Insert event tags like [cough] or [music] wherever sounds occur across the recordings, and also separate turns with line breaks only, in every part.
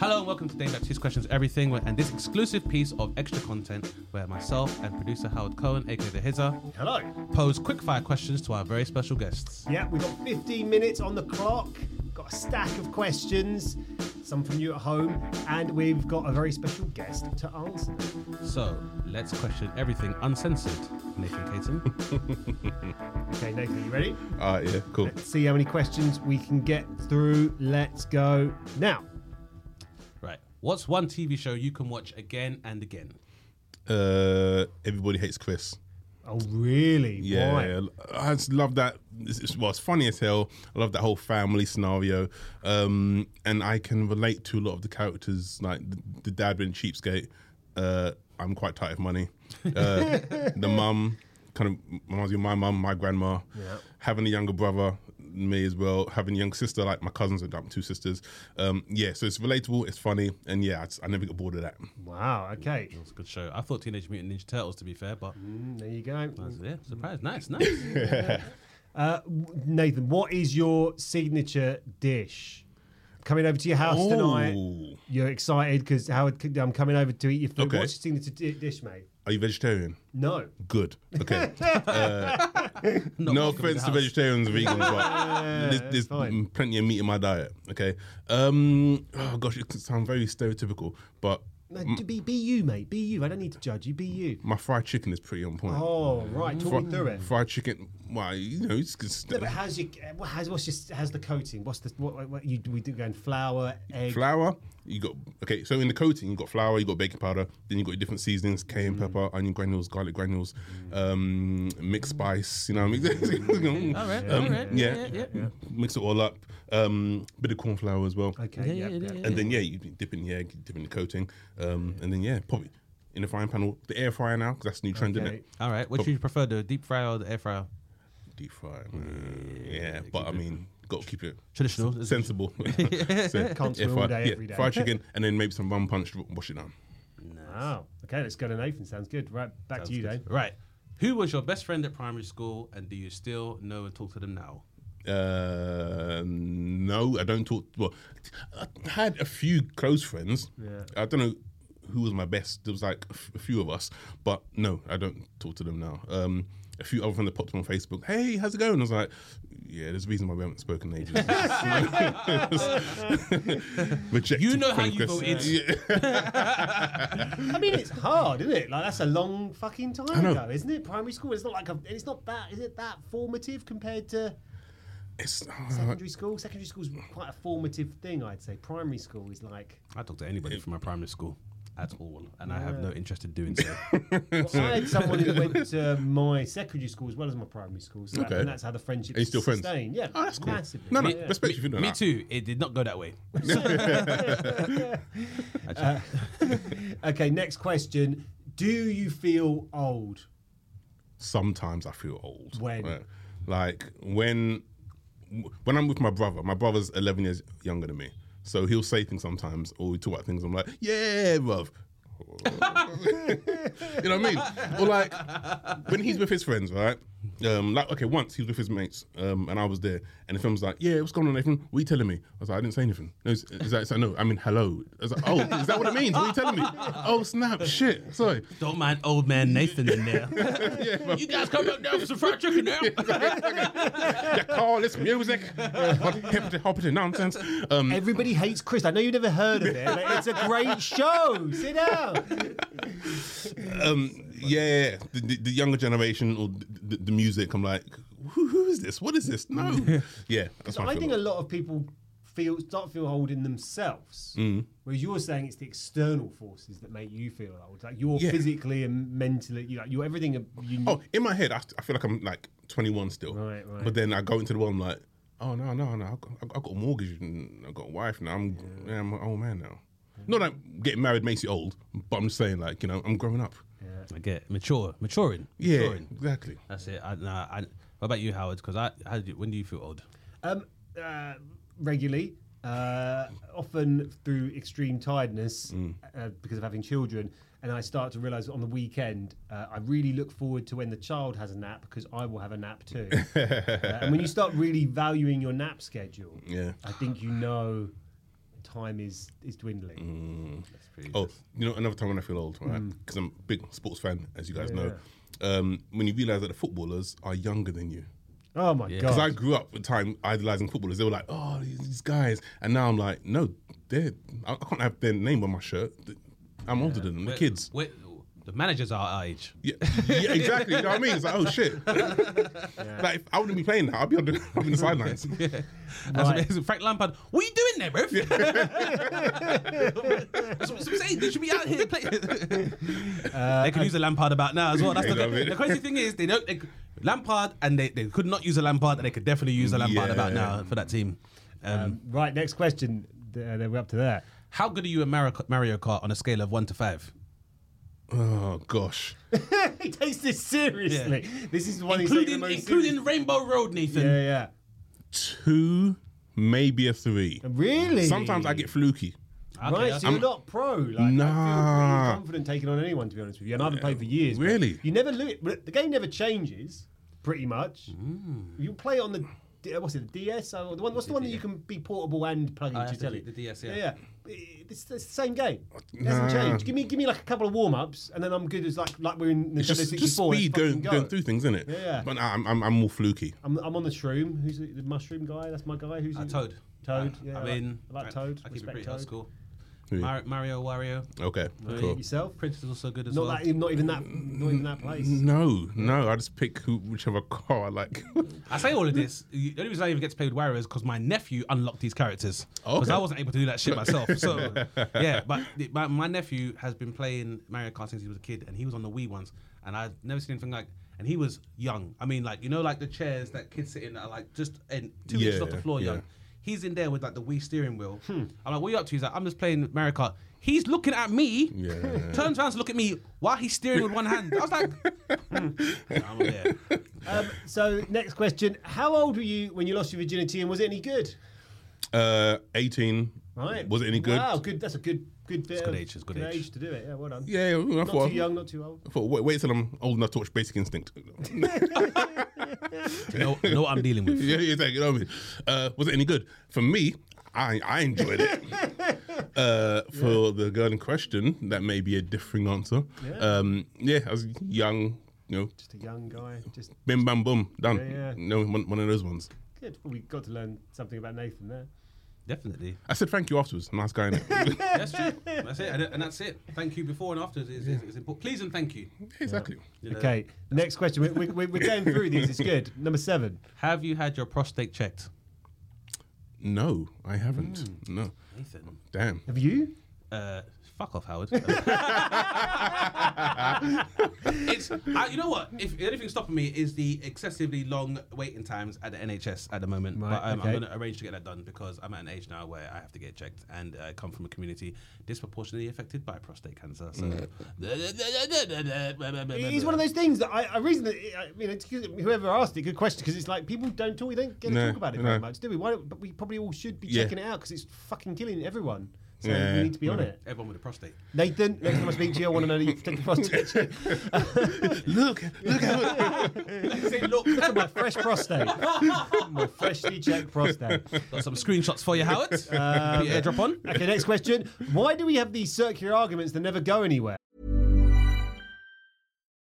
Hello and welcome to Dave Back Two Questions Everything where- and this exclusive piece of extra content where myself and producer Howard Cohen, aka The Hizzer,
Hello.
pose quickfire questions to our very special guests.
Yeah, we've got 15 minutes on the clock. Got a stack of questions, some from you at home, and we've got a very special guest to answer. them.
So let's question everything uncensored, Nathan Caton.
[laughs]
Okay, Nathan, you ready?
Ah, yeah, cool.
Let's see how many questions we can get through. Let's go now.
right. What's one TV show you can watch again and again?
Uh, everybody hates Chris.
Oh, really?
Yeah,
Why?
I just love that. It's, it's, well, it's funny as hell. I love that whole family scenario, um, and I can relate to a lot of the characters. Like the, the dad being cheapskate. Uh, I'm quite tight with money. Uh, the mum kind of reminds me of my mum, my grandma. Having a younger brother, me as well. Having a young sister, like my cousins, I'm two sisters. Um, yeah, so it's relatable. It's funny, and yeah, I, just- I never get bored of that.
Wow, okay. Mm,
It's a good show. I thought Teenage Mutant Ninja Turtles, to be fair, but
Mm.
There you go.
yeah, surprise. Nice,
[laughs]
nice.
Nathan, what is your signature dish? Coming over to your house tonight.
Ooh.
You're excited because Howard, I'm coming over to eat your food.
Okay.
What's your signature di- dish, mate?
Are you vegetarian?
No.
Good. Okay.
Not
no
welcome in the
offense
house.
to vegetarians and vegans, but there's, there's
fine.
plenty of meat in my diet. Okay. Um, oh gosh, it could sound very stereotypical, but
No, d- be, be you, mate. Be you. I don't need to judge you. Be you.
my fried chicken is pretty on point.
Oh, right. Talk
Fri-
me through it.
Fried chicken, why you know, it's, it's
No, but how's your uh, what- how's what's your, how's the coating? What's the what, what- what you we do going flour, egg,
flour. You got okay. So in the coating, you got flour, you got baking powder, then you got your different seasonings: cayenne pepper, onion granules, garlic granules, um, mixed spice. You know what I mean? [laughs]
All right,
Um,
all right.
yeah,
yeah, yeah.
Mix it all up. Um, bit of corn flour as well.
Okay, yeah, yeah,
And then yeah, you dip in the egg, you dip in the coating, um, and then yeah, pop it in the frying pan or the air fryer now because that's the new trend, isn't
Okay.
it?
All right. Which do you prefer, the deep fryer or the air fryer?
Deep fry, mm, yeah. But I mean, got to keep it
Traditional. is it?
[laughs]
sensible. [laughs] so,
Can't
air
all
fry-
day,
yeah,
every day.
fried chicken, and then maybe some rum punch, wash it down.
Wow. Okay, let's go to Nathan. Sounds good. Right, back to you, Dave.
Right. Who was your best friend at primary school, and do you still know and talk to them now?
Uh, no, I don't talk. Well, I had a few close friends.
Yeah.
I don't know who was my best. There was like a f- a few of us, but no, I don't talk to them now. Um, a few other friends that popped up on Facebook. Hey, how's it going? I was like, yeah, there's a reason why we haven't spoken in
[laughs]
ages. [laughs] Rejected
You know how
friend
you
requests.
voted.
Yeah.
I mean, it's hard, isn't it? Like that's a long fucking time
know.
ago, isn't it? Primary school. It's not like a, and it's not that. Is it that formative compared to
It's, uh,
secondary school? Secondary school's quite a formative thing, I'd say. Primary school is like
I talk to anybody from my primary school at all, and I have no interest in doing
[laughs]
so.
Well, I had someone who went to my secondary school as well as my primary school, so that-
Okay.
and that's how the friendship.
Are you still friends?
sustained. Yeah,
oh, that's cool.
massively.
No, no,
Yeah.
respect you for doing
Me
that.
too. It did not go that way. [laughs]
Okay, next question: Do you feel old?
sometimes I feel old.
When?
Like when when I'm with my brother, my brother's 11 years younger than me. So he'll say things sometimes, or we talk about things. I'm like, yeah, bruv. [laughs] you know what I mean? Or like when he's with his friends, right? Um, like okay, once he was with his mates, um, and I was there, and the film was like, "Yeah, what's going on, Nathan? What are you telling me?" I was like, "I didn't say anything." No, is, is that, is that no? I mean, hello. I was like, "Oh, is that what it means? What are you telling me?" [laughs] Oh snap! Shit, sorry.
Don't mind old man Nathan in
[laughs]
there.
Yeah, bruv.
you guys come up there for some fried chicken now.
[laughs] you call this music? What hippity hoppity nonsense? Um,
Everybody hates Chris. I know you've never heard of it, but it's a great show. Sit
[laughs]
down.
um, yeah, yeah. The, the, the younger generation or the, the, the music. I'm like, who, who is this? What is this? No, yeah. That's
I
my
think a lot of people feel start feel holding themselves.
Mm.
Whereas you're saying it's the external forces that make you feel old. Like you're
Yeah.
physically and mentally, you like you're everything. You,
Oh, in my head, I, st- I feel like I'm like 21 still.
Right, right.
But then I go into the world, I'm like, oh no, no, no, I've got, I've got a mortgage and I've got a wife now. I'm, yeah. I'm an old man now. Not that getting married makes you old, but I'm just saying like, you know, I'm growing up.
I get mature, maturing,
Yeah,
maturing.
exactly.
That's it. I, nah, I, what about you, Howard? Because I, how do you, when do you feel old?
Um, uh, regularly, uh, often through extreme tiredness
Mm.
uh, because of having children. And I start to realize on the weekend, uh, I really look forward to when the child has a nap because I will have a nap
[laughs]
too. Uh, and when you start really valuing your nap schedule,
Yeah.
I think you know time is, is dwindling.
Mm. Oh, you know, another time when I feel old, right? Because I'm a big sports fan, as you guys know. Um, when you realize that the footballers are younger than you.
Oh my
Because I
God.
grew up with time idolizing footballers. They were like, oh, these, these guys. And now I'm like, no, they're, I, I can't have their name on my shirt. I'm older than them, the
Wait-
kids.
wait, the managers are our age.
Yeah, yeah, exactly. You know what I mean? It's like, oh shit. Like, if I wouldn't be playing now. I'd be on the, I'd be on the sidelines.
That's
Right.
amazing. Frank Lampard, what are you doing there, [laughs] bro? That's what I'm saying. They should be out here
[laughs]
playing.
Uh,
they could use a Lampard about now as well. That's
I
the,
love it.
the crazy thing is they don't. They, Lampard and they, they could not use a Lampard and they could definitely use a Lampard
Yeah.
about now for that team. Um,
Right, next question. Uh, we're up to that.
how good are you at Mario, Mario Kart on a scale of one to five?
Oh gosh.
[laughs] he takes this seriously. This is the one he's taking
Including,
the most
including Rainbow Road, Nathan.
seriously. Yeah,
Two, maybe a three.
yeah. Really?
Sometimes I get fluky.
Okay,
right,
that's-
so you're not pro. Like, I feel
Nah.
really confident taking on anyone, to be honest with you. And I haven't played for years. but
Really?
You never lose. The game never changes, pretty much.
Mm.
You play on the D- what's it, the DS? Or the one, what's the one that you can be portable and plug into
Ah, that's
your
the
telly?
D- the DS, yeah.
yeah. It- It's, it's the same game. It hasn't
Nah.
changed. Give me, give me like a couple of warm ups, and then I'm good as like like we're in Nintendo
It's just,
64.
just
let's
speed
fucking
going,
go.
going through things, isn't it?
Yeah.
But I'm, I'm, I'm more fluky.
I'm, I'm on the shroom. Who's the, the mushroom guy? That's my guy. Who's
Uh,
he?
Toad.
Toad.
Uh,
yeah,
I
like-
mean,
I like Toad.
I keep it
respect
pretty
Toad.
old school.
Yeah.
Mar- Mario, Wario.
Okay. Cool.
Yourself.
Prince is also good as
Not
well. Mm-hmm.
that. Not even that. Not even that place.
No, no. I just pick who, whichever car
[laughs]
I like.
I say all of this. The only reason I even get to play with Wario is because my nephew unlocked these characters.
Oh,
Because
okay.
I wasn't able to do that shit myself.
[laughs]
So yeah, but the- my, my nephew has been playing Mario Kart since he was a kid, and he was on the Wii once, and I've never seen anything like. And he was young. I mean, like you know, like the chairs that kids sit in are like just in two inches
Yeah,
off the floor,
yeah. Hmm.
young. He's in there with like the Wii steering wheel. I'm like, what are you up to? He's like, I'm just playing Mario Kart. He's looking at me. [laughs]
Yeah.
Turns around to look at me while he's steering with one hand. I was like, [laughs] "Hmm."
[laughs]
I'm there.
Um, so, next question: How old were you when you lost your virginity, and was it any good?
Uh, 18.
Right?
Was it any good?
Wow, good. That's a good, good bit.
good
of-
age, it's good age.
to do it. Yeah, well done.
Yeah. I
Not
thought-
too young, not too old.
I thought, wait, wait till I'm old enough to watch Basic Instinct. [laughs]
You know, you know what I'm dealing with.
yeah, yeah, exactly. You know what I mean? Uh, was it any good? For me, I, I enjoyed it.
[laughs]
uh, for the girl in question, that may be a differing answer. Yeah, um, yeah I was young, you know,
Just a young guy. Just
bim bam boom, done.
Yeah, yeah.
No, one, one of those ones.
good. Well, we got to learn something about Nathan there.
Definitely.
I said thank you afterwards. Nice guy. innit? [laughs] yeah,
[laughs] That's true. That's it. And, and that's it. Thank you before and after is, is, is important. Please and thank you.
exactly.
Okay. Next question. We're, we're, we're going through these. It's good. Number seven.
Have you had your prostate checked?
No, I haven't. No.
Nathan.
Damn.
Have you?
Uh, fuck off, [laughs] Howard. it's uh, you know what? If anything stopping me is the excessively long waiting times at the NHS at the moment.
Right,
but um,
okay.
I'm going to arrange to get that done because I'm at an age now where I have to get checked, and I come from a community disproportionately affected by prostate cancer. So [laughs]
It's one of those things that I, I reason that I mean, it's 'cause whoever asked it, good question, because it's like people don't talk, we don't get to
No,
talk about it
no.
very much, do we? Why don't, but we probably all should be
Yeah.
checking it out because it's fucking killing everyone. So
Yeah,
we need to be on it.
Everyone with a prostate. [laughs]
Nathan, next time I speak to you, I want to know that you've taken
[laughs]
prostate.
Look, look at
Say, look,
my fresh prostate, [laughs] my freshly checked prostate. Um,
Got some screenshots for you, Howard. Uh, Put your airdrop on.
Okay, next question. Why do we have these circular arguments that never go anywhere?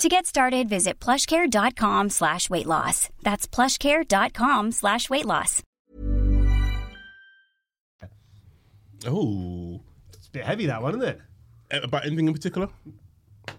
To get started, visit plushcare.com slash weight loss. That's plushcare.com slash weight loss.
[laughs] Oh,
It's a bit heavy that one, isn't it?
Eh, about anything in particular?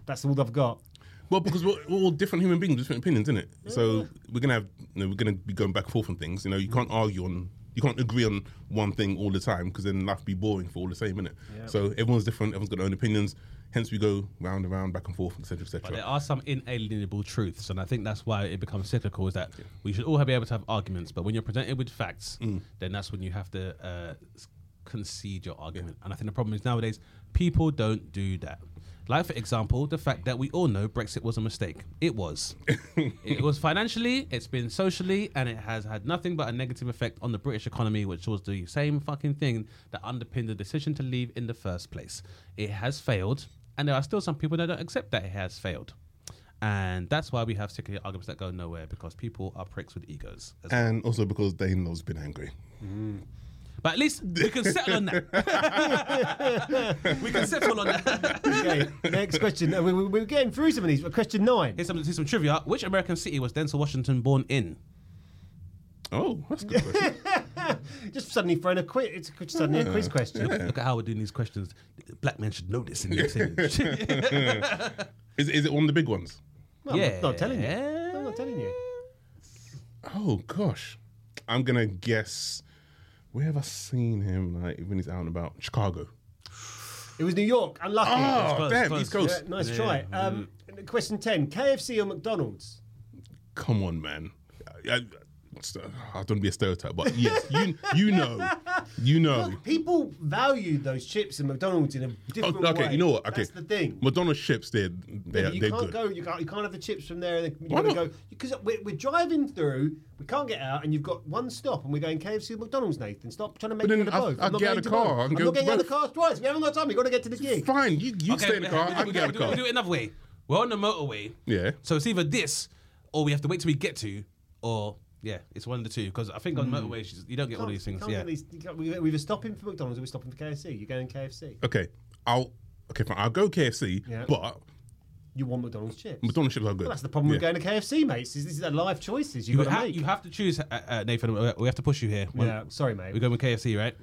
That's all I've got.
Well, because we're, we're all different human beings, with different opinions, isn't it? So we're gonna have, you know, we're gonna be going back and forth on things. You know, you can't argue on, you can't agree on one thing all the time because then life be boring for all the same, innit? So everyone's different. Everyone's got their own opinions. Hence, we go round and round, back and forth, etc.,
But there
etc.
are some inalienable truths, and I think that's why it becomes cyclical. Is that we should all be able to have arguments, but when you're presented with facts, then that's when you have to uh, s- concede your argument. And I think the problem is nowadays people don't do that. Like for example, the fact that we all know Brexit was a mistake. It was. it was financially, it's been socially, and it has had nothing but a negative effect on the British economy, which was the same fucking thing that underpinned the decision to leave in the first place. It has failed, and there are still some people that don't accept that it has failed. And that's why we have circular arguments that go nowhere because people are pricks with egos. as well.
And also because Dane has been [laughs] angry.
But at least we can settle on that.
[laughs]
we can settle on that.
Okay, next question. Uh, We, we, we're getting through some of these. but Question nine.
Here's some, here's some trivia. Which American city was Denzel Washington born in?
Oh, that's a good. question.
Just suddenly thrown a quiz. It's a- suddenly a quiz question.
Look at how we're doing these questions. Black men should know this in their
[laughs] Is, is it one of the big ones?
Well, I'm not- not telling you. I'm not telling you.
Oh gosh, I'm gonna guess. Where have I seen him? Like when he's out and about, Chicago.
It was New York. Unlucky.
Oh,
close,
damn,
close.
East Coast.
Yeah, nice try. Um, question 10 KFC or McDonald's?
Come on, man. I, I, I don't wanna be a stereotype, but yes, you you know, you know.
People value those chips and McDonald's in a
Oh,
different
okay,
way.
you know what? Okay,
That's the thing.
McDonald's chips, they they
Yeah,
are
but you
they're
can't
good.
go. You can't, you can't have the chips from there. and You're
Why
going to
not?
go because we're, we're driving through. We can't get out, and you've got one stop, and we're going KFC or McDonald's. Nathan, stop trying to make
But
me
then
go to
I'll-
both.
I'll
I'm not
get out
going
of the
to both.
car and
I'm
go
not
to
getting out of the
both.
car twice. We haven't got time. We've got to get to the gig.
Fine, you you stay in the car. I
we
can get out of the
do,
car.
do it another way. We're on the motorway.
Yeah.
So it's either this, or we have to wait till we get to, or yeah, it's one of the two. Because I
Hmm.
think on motorways you don't get all these things.
Can't
Yeah.
get these- you can't- we- We're either stopping for McDonald's or we're stopping for KFC. You're going KFC.
Okay, I'll okay fine. I'll go KFC,
Yeah.
but
You want McDonald's chips.
McDonald's chips are good.
Well, that's the problem with
Yeah.
going to KFC, mates. Is this is their life choices you've
You,
got to
ha-
make.
you have to choose, uh, uh, Nathan. We we have to push you here. One-
yeah, sorry, mate.
We're going with KFC, right?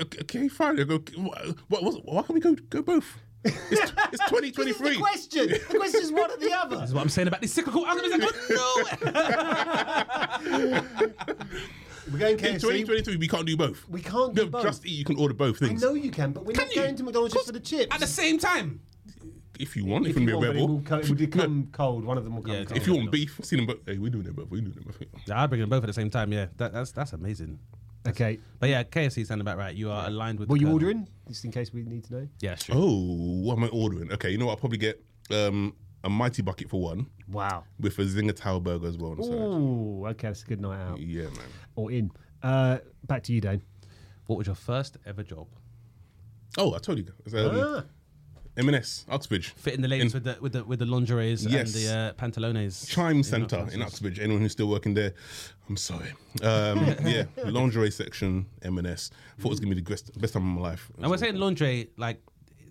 Okay, okay, fine. I Go, what, what, what, why can't we go go both?
[laughs]
It's, it's 2023.
This is the question. The question is one or the other.
That's what I'm saying about these cyclical arguments. [laughs] I don't know.
We're going
In
KFC.
2023, we can't do both.
We can't
No,
do both.
just eat. You can order both
I
things
know you can, but we're not
you?
going to McDonald's just for the chips.
At the same time.
if you want. If,
If you
you
want,
want be a
but It will,
rebel.
co- it will become cold. One of them will come
Yeah,
cold.
If you want beef, see them both. Hey, we're doing it both. We're doing it both.
Yeah, I bring them both at the same time. Yeah, that, that's that's amazing.
Okay.
But yeah, KFC sounding about right. You are aligned with.
What
the
are you
colonel.
ordering? Just in case we need to know.
Yeah, sure.
Oh, what am I ordering? Okay, you know what? I'll probably get um, a mighty bucket for one
Wow.
with a Zinger Tower burger as well. On the side.
Ooh, okay, that's a good night out.
Yeah, man.
Or in. Uh, back to you, Dane.
What was your first ever job?
Oh, I told you. It's, Um,
Ah.
M&S, Uxbridge.
Fitting the ladies with the with the with the lingeries
Yes.
and the uh, pantalones.
Chime Centre in Uxbridge. Anyone who's still working there, I'm sorry.
[laughs]
Um, yeah, lingerie section, M&S. Thought it was gonna be the best, best time of my life.
And we're saying lingerie, like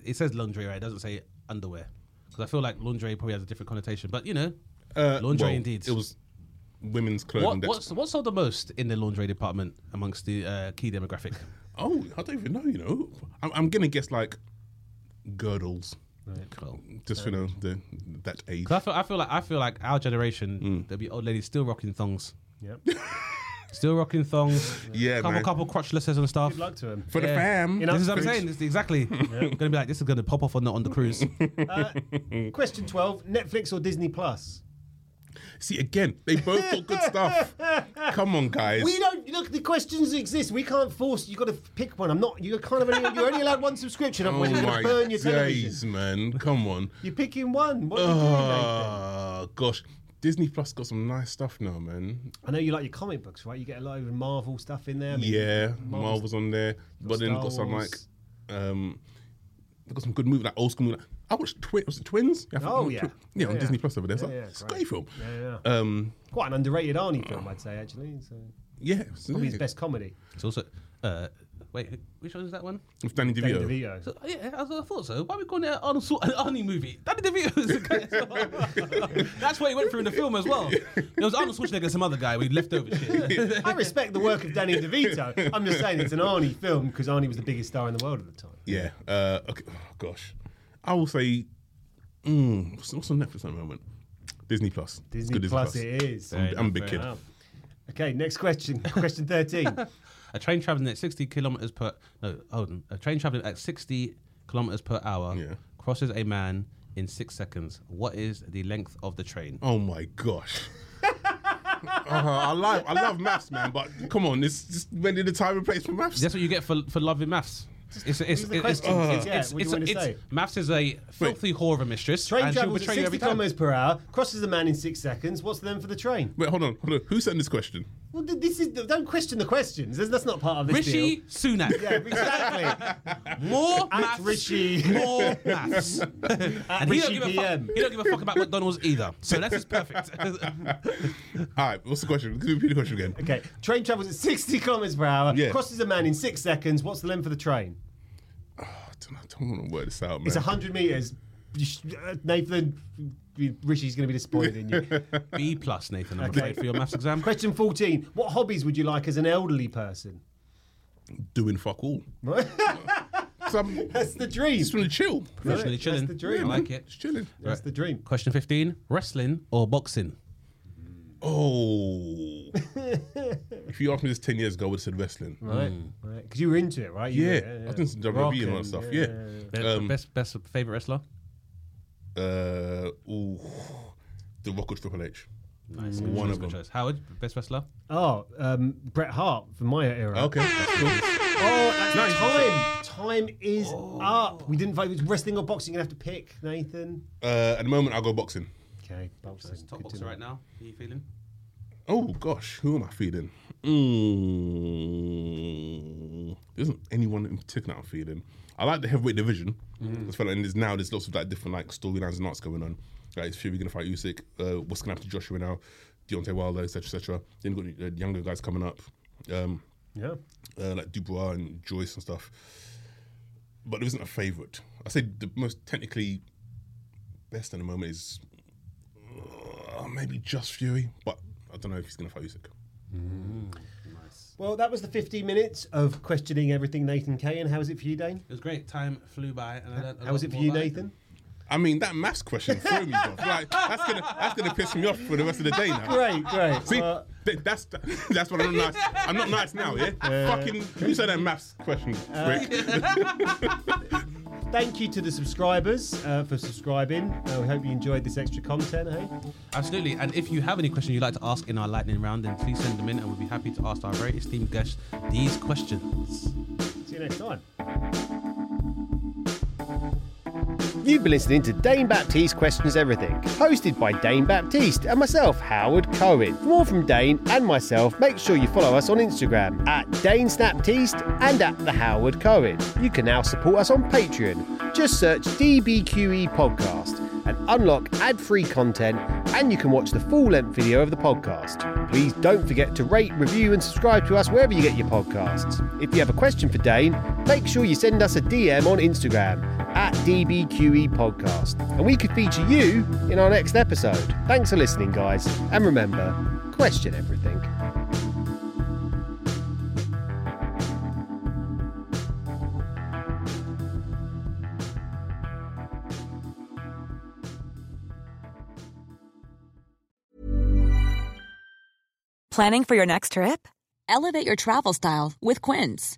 it says lingerie, right? It doesn't say underwear. Because I feel like lingerie probably has a different connotation. But you know,
Uh,
lingerie
well,
indeed.
It was women's clothing.
what,
that's-
what's what sold the most in the lingerie department amongst the uh, key demographic?
Oh, I don't even know. You know, I'm, I'm gonna guess like girdles,
Cool.
just you know the that age.
'Cause I feel, I feel like I feel like our generation,
Hmm.
there'll be old ladies still rocking thongs,
Yep.
still rocking thongs.
[laughs] Yeah,
couple
man.
couple crotchlesses and stuff.
good luck to him.
For the fam,
You know-
This is what I'm saying. This is
[laughs]
exactly. Gonna be like this is gonna pop off on the on the
[laughs]
cruise.
Question 12 Netflix or Disney Plus?
[laughs]
see again, they both got good stuff. Come on, guys.
We don't. You look, the questions exist. We can't force. You got to pick one. I'm not. You're kind of only, you're only allowed one subscription.
Oh
Otherwise, you're
my
going to burn your television.
days, man! Come on.
You're picking one. What are you doing, Nathan?
Oh gosh, Disney Plus got some nice stuff now, man.
I know you like your comic books, right? You get a lot of Marvel stuff in there. I mean,
Yeah, Marvel's on there, but then
Star
got some like,
Wars.
um, they got some good movie like old school movie. Like, I watched Twin. Was it Twins? Yeah, I think
Oh,
it was
yeah.
Twin- yeah, on
Yeah,
Disney
yeah.
Plus over there. It's,
Yeah,
like,
yeah,
it's a
great.
great film.
Yeah,
Um,
Quite an underrated Arnie film, I'd say actually. So
yeah, it was
probably his
nice.
best comedy.
It's also. Uh, wait, who- which one is that one?
with Danny
Danny
DeVito.
DeVito.
So, yeah, I thought- I thought so. Why are we calling it an Arnold Schwar- an Arnie movie? Danny DeVito is the guy. as
[laughs]
well. That's what he went through in the film as well. It was Arnold Schwarzenegger, and some other guy with leftover
[laughs]
shit.
I respect the work of Danny DeVito. I'm just saying it's an Arnie film because Arnie was the biggest star in the world at the time.
Yeah. Uh, okay. Oh, gosh, I will say, mm, what's, what's on Netflix at the moment? Disney Plus. It's
Disney
good
Plus, it is.
I'm, I'm a big kid.
Wow. Okay, next question. [laughs] Question
[laughs]
13.
a train traveling at 60 kilometers per no, hold on. A train traveling at 60 kilometers per hour
Yeah.
crosses a man in six seconds. What is the length of the train?
Oh my gosh. Uh, I love I love maths, man. But come on, this just when did the time and place for maths?
That's what you get for for loving maths. It's it's
the questions. Yeah, what do you want to say?
maths is a filthy whore of a mistress.
Train
and she'll
travels at
betray you
60
every time.
kilometres per hour, crosses a man in six seconds. What's then for the train?
Wait, hold on, hold on. Who sent this question?
Well, th- this is don't question the questions. This- That's not part of this
Rishi
deal. [laughs]
Sunak.
Yeah, exactly.
More
At
maths.
Rishi.
More
[laughs]
maths. [laughs] and
Rishi
he don't, give a fuck,
PM.
he don't give a fuck about McDonald's either. So that's just
[laughs]
perfect. [laughs]
All right, what's the question? Can you repeat the question again?
okay, train travels at 60 kilometres per hour,
Yeah.
crosses a man in six seconds. What's the length of the train?
I don't, I don't want to word this out, man.
It's 100 metres. You sh- uh, Nathan, Rishi's going to be disappointed in [laughs] you.
B plus, Nathan, I'm
Okay.
afraid, for your maths exam.
Question 14. What hobbies would you like as an elderly person?
Doing fuck all. so I'm
That's the dream.
just want to chill.
Professionally
That's
chilling.
the dream.
I like it.
Just chilling.
That's the dream.
Question 15 Wrestling or boxing?
Um, Oh. if you asked me this 10 years ago, I would have said wrestling.
Right? Right. Because you were into it, right? You
Mm. Yeah.
were-
I was doing some WWE and all that stuff. Yeah. Um,
best, best favorite wrestler?
Uh, ooh. The Rock of Triple H.
Nice.
One
choice,
of them.
choice. Howard, best wrestler?
Oh, um, Bret Hart from my era.
Okay. that's cool.
Oh, that's time. Time is
Oh.
up. We didn't vote. It was wrestling or boxing. You're going to have to pick, Nathan.
Uh, at the moment, I'll go boxing.
Okay, boxing.
Top
Good to
boxer
know.
right now. How you feeling?
Oh gosh, who am I feeding? Mm. There isn't anyone in particular I'm feeding. I like the heavyweight division. I feel like there's now there's lots of like different like storylines and arts going on. Like, is Fury gonna fight Usyk? Uh, what's gonna happen to Joshua now? Deontay Wilder, etc., etc. Then you've got the uh, younger guys coming up, um,
Yeah.
uh, like Dubois and Joyce and stuff. But there isn't a favorite. I say the most technically best at the moment is uh, maybe just Fury, but I don't know if he's gonna fight Usyk.
Well, that was the 15 minutes of questioning everything Nathan Kay. And how was it for you, Dane?
It was great. Time flew by. And I learned a
How
lot
was it for
more
you,
about
Nathan?
I mean, that maths question threw me, bro. Like, that's gonna that's gonna piss me off for the rest of the day
[laughs]
now.
Great, great.
See,
Uh,
th- that's that's what I'm not nice. I'm not nice now, yeah. Fucking, who said that maths question, prick?
thank you to the subscribers uh, for subscribing. Uh, we hope you enjoyed this extra content, hey?
Absolutely. And if you have any questions you'd like to ask in our lightning round, then please send them in and we'll be happy to ask our very esteemed guests these questions.
See you next time.
You've been listening to Dane Baptiste Questions Everything, hosted by Dane Baptiste and myself, Howard Cohen. For more from Dane and myself, make sure you follow us on Instagram at Dane Snaptiste and at The Howard Cohen. You can now support us on Patreon. Just search DBQE E Podcast and unlock ad free content, and you can watch the full length video of the podcast. Please don't forget to rate, review, and subscribe to us wherever you get your podcasts. If you have a question for Dane, make sure you send us a DM on Instagram at DBQE E Podcast, and we could feature you in our next episode. Thanks for listening, guys, and remember question everything.
Planning for your next trip? Elevate your travel style with Quince.